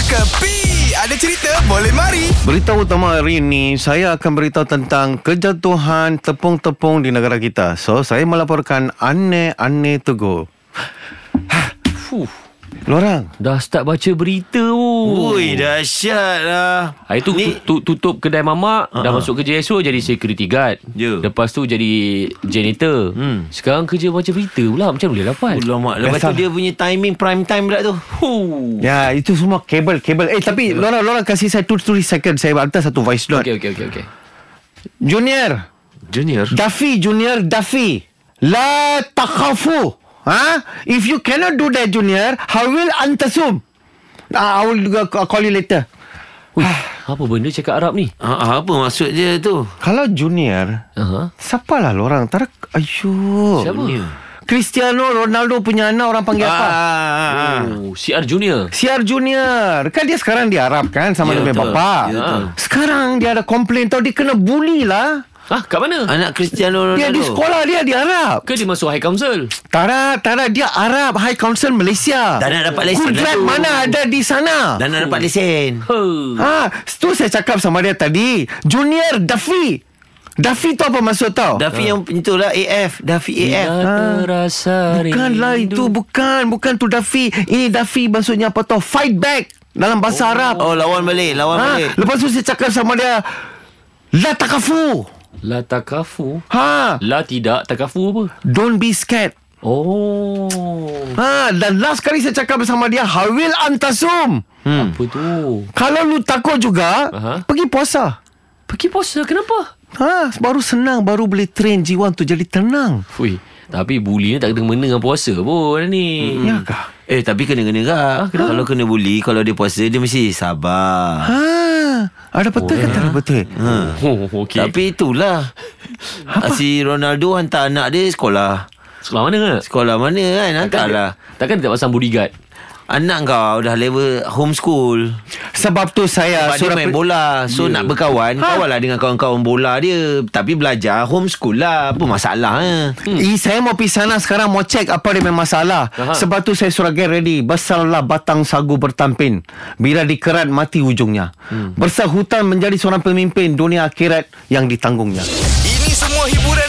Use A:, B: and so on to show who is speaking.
A: Kepi Ada cerita boleh mari
B: Berita utama hari ini saya akan beritahu tentang kejatuhan tepung-tepung di negara kita. So saya melaporkan aneh-aneh tegur.
C: Fuh,
B: Lorang.
C: dah start baca berita oh.
D: Ui, dahsyat lah.
C: Hari tu
D: Ni-
C: tu, tutup kedai mamak uh-huh. Dah masuk kerja esok jadi security guard
D: Ya.
C: Lepas tu jadi janitor hmm. Sekarang kerja baca berita pula Macam boleh dapat
D: Ulama. Lepas
B: Biasa.
D: tu dia punya timing prime time pula tu. Huh.
B: Ya, itu semua kabel-kabel. Eh, tapi Lorang, Lorang kasih saya 2-3 second. Saya hantar satu voice note.
C: Okay, okay, okay, okay.
B: Junior.
D: Junior.
B: Duffy, Junior Duffy. La takhafu. Huh? If you cannot do that, Junior, I will antasum. I I will uh, call you later.
C: Ui, apa benda cakap Arab ni?
D: Ha, apa maksud dia tu?
B: Kalau Junior,
C: Uh-huh.
B: Siapa lah lorang Tarak Ayuh
C: Siapa?
B: Cristiano Ronaldo punya anak Orang panggil apa
D: Ah,
C: Oh, CR Junior
B: CR Junior Kan dia sekarang di Arab kan Sama
D: Ya,
B: dengan
D: betul.
B: bapa
D: Ya, betul.
B: Sekarang dia ada komplain Tahu dia kena bully lah
C: Ha, kat mana?
D: Anak Cristiano Ronaldo.
B: Dia di sekolah dia di Arab
C: Ke dia masuk High Council?
B: Tarak Tarak dia Arab High Council Malaysia
D: Dah nak dapat lesen
B: Good
D: dah
B: Drive
D: tu.
B: mana ada di sana
D: Dah nak dapat lesen.
C: Ha.
B: Ha Tu saya cakap sama dia tadi Junior Duffy Duffy tu apa maksud tau
D: Dafi yang itu lah AF. Dafi AF.
C: terasa
B: Bukanlah
C: rindu.
B: itu Bukan Bukan tu Dafi Ini Dafi maksudnya apa tau Fight back Dalam bahasa oh. Arab
D: Oh, lawan balik. Lawan
B: ha?
D: balik.
B: Lepas tu saya cakap sama dia La takafu
C: La takafu
B: Ha
C: La tidak takafu apa?
B: Don't be scared
C: Oh
B: Ha Dan last kali saya cakap bersama dia Hawil antasum
C: hmm. Apa tu?
B: Kalau lu takut juga
C: Aha.
B: Pergi puasa
C: Pergi puasa kenapa?
B: Ha Baru senang Baru boleh train jiwa untuk jadi tenang
C: Fui Tapi buli ni tak kena-mena dengan puasa pun ni
B: hmm. Ya kah
D: Eh, tapi kena-kena kak. Kalau kena bully, kalau dia puasa, dia mesti sabar.
B: Ha Ada betul oh, ke tak ada betul
C: Oh, okay.
D: Okay.
C: Tapi
D: Tapi itulah Ah, Si Ronaldo hantar anak dia sekolah
C: sekolah mana ke?
D: Sekolah mana kan Hantarlah
C: Takkan dia tak pasang bodyguard?
D: Anak kau dah level homeschool
B: Sebab tu saya
D: Sebab dia main
B: pe-
D: bola So nak berkawan ha? Kawanlah dengan kawan-kawan bola dia Tapi belajar homeschool lah Apa masalah eh?
B: Hmm. Eh, saya mau pergi sana sekarang mau cek apa dia punya masalah. Aha.
C: Aha.
B: Sebab tu saya suruh get ready. Besarlah batang sagu bertampin. Bila dikerat mati ujungnya. Hmm. Bersahutan menjadi seorang pemimpin dunia akhirat yang ditanggungnya.
A: Ini semua hiburan